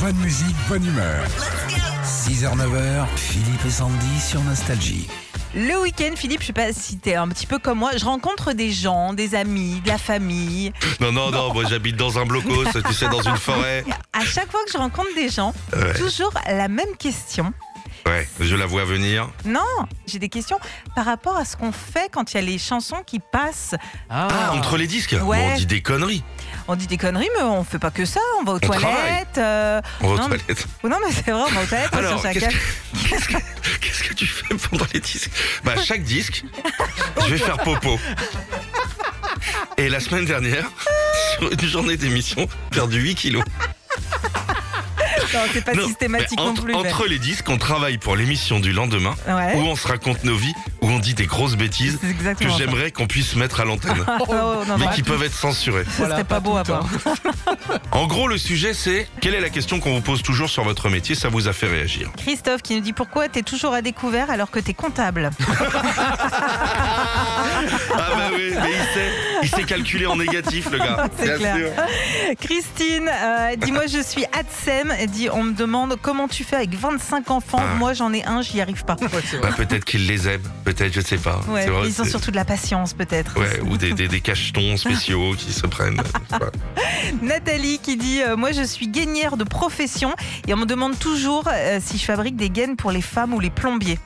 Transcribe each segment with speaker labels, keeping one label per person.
Speaker 1: Bonne musique, bonne humeur. 6h, 9h, Philippe et Sandy sur Nostalgie.
Speaker 2: Le week-end, Philippe, je sais pas si t'es un petit peu comme moi, je rencontre des gens, des amis, de la famille.
Speaker 3: Non, non, non, moi j'habite dans un blocos, tu sais, dans une forêt.
Speaker 2: À chaque fois que je rencontre des gens,
Speaker 3: Ouais.
Speaker 2: toujours la même question.
Speaker 3: Ouais, je la vois venir.
Speaker 2: Non, j'ai des questions par rapport à ce qu'on fait quand il y a les chansons qui passent.
Speaker 3: Ah, entre les disques
Speaker 2: Ouais.
Speaker 3: Bon, On dit des conneries.
Speaker 2: On dit des conneries, mais on fait pas que ça. On va aux
Speaker 3: On travaille.
Speaker 2: toilettes. euh,
Speaker 3: On va aux
Speaker 2: Non, mais-
Speaker 3: toilettes.
Speaker 2: Non, mais c'est vrai, on va aux toilettes. on
Speaker 3: Alors,
Speaker 2: cherche un
Speaker 3: qu'est-ce
Speaker 2: câble.
Speaker 3: que, qu'est-ce que- qu'est-ce que tu fais pendant les disques Bah, chaque disque, je vais faire popo. Et la semaine dernière, sur une journée d'émission, j'ai perdu 8 kilos.
Speaker 2: Non, c'est pas
Speaker 3: Non,
Speaker 2: systématique
Speaker 3: mais
Speaker 2: non
Speaker 3: entre,
Speaker 2: plus. mais-
Speaker 3: entre les disques, on travaille pour l'émission du lendemain,
Speaker 2: Ouais.
Speaker 3: où on se raconte nos vies, où on dit des grosses bêtises
Speaker 2: C'est
Speaker 3: que
Speaker 2: exactement. ça.
Speaker 3: j'aimerais qu'on puisse mettre à l'antenne,
Speaker 2: Ah, non, non,
Speaker 3: mais
Speaker 2: non,
Speaker 3: qui peuvent être censurées.
Speaker 2: ça,
Speaker 4: Voilà,
Speaker 2: c'était pas,
Speaker 4: pas
Speaker 2: beau
Speaker 4: tout
Speaker 2: à
Speaker 4: le temps.
Speaker 2: voir.
Speaker 3: En gros, le sujet, c'est quelle est la question qu'on vous pose toujours sur votre métier Ça vous a fait réagir.
Speaker 2: Christophe qui nous dit pourquoi t'es toujours à découvert alors que t'es comptable.
Speaker 3: Ah bah oui, mais il sait, il sait calculer en négatif, le gars.
Speaker 2: C'est
Speaker 3: Bien
Speaker 2: clair.
Speaker 3: sûr.
Speaker 2: Christine, euh, dis-moi je suis Adsem. Elle dit on me demande comment tu fais avec 25 enfants.
Speaker 3: Ah.
Speaker 2: Moi j'en ai un, j'y arrive pas.
Speaker 3: Bah, peut-être qu'il les aime, peut-être, je sais pas.
Speaker 2: Ouais,
Speaker 3: C'est vrai,
Speaker 2: ils ont
Speaker 3: c'est-
Speaker 2: surtout de la patience peut-être.
Speaker 3: Ouais, ou des, des, des cachetons spéciaux qui se prennent. je sais pas.
Speaker 2: Nathalie qui dit euh, moi je suis gainière de profession et on me demande toujours euh, si je fabrique des gaines pour les femmes ou les plombiers.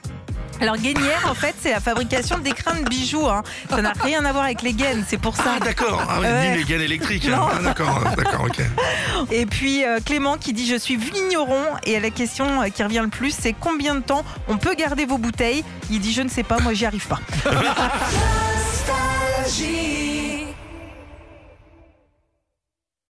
Speaker 2: Alors gainière en fait c'est la fabrication des crins de bijoux. hein. Ça n'a rien à voir avec les gaines, c'est pour ça.
Speaker 3: Ah d'accord, ah, oui,
Speaker 2: Ouais.
Speaker 3: ni les gaines électriques. hein.
Speaker 2: Non.
Speaker 3: Ah, d'accord, ah, d'accord, ok.
Speaker 2: Et puis euh, Clément qui dit je suis vigneron et la question euh, qui revient le plus c'est combien de temps on peut garder vos bouteilles Il dit je ne sais pas, moi j'y arrive pas.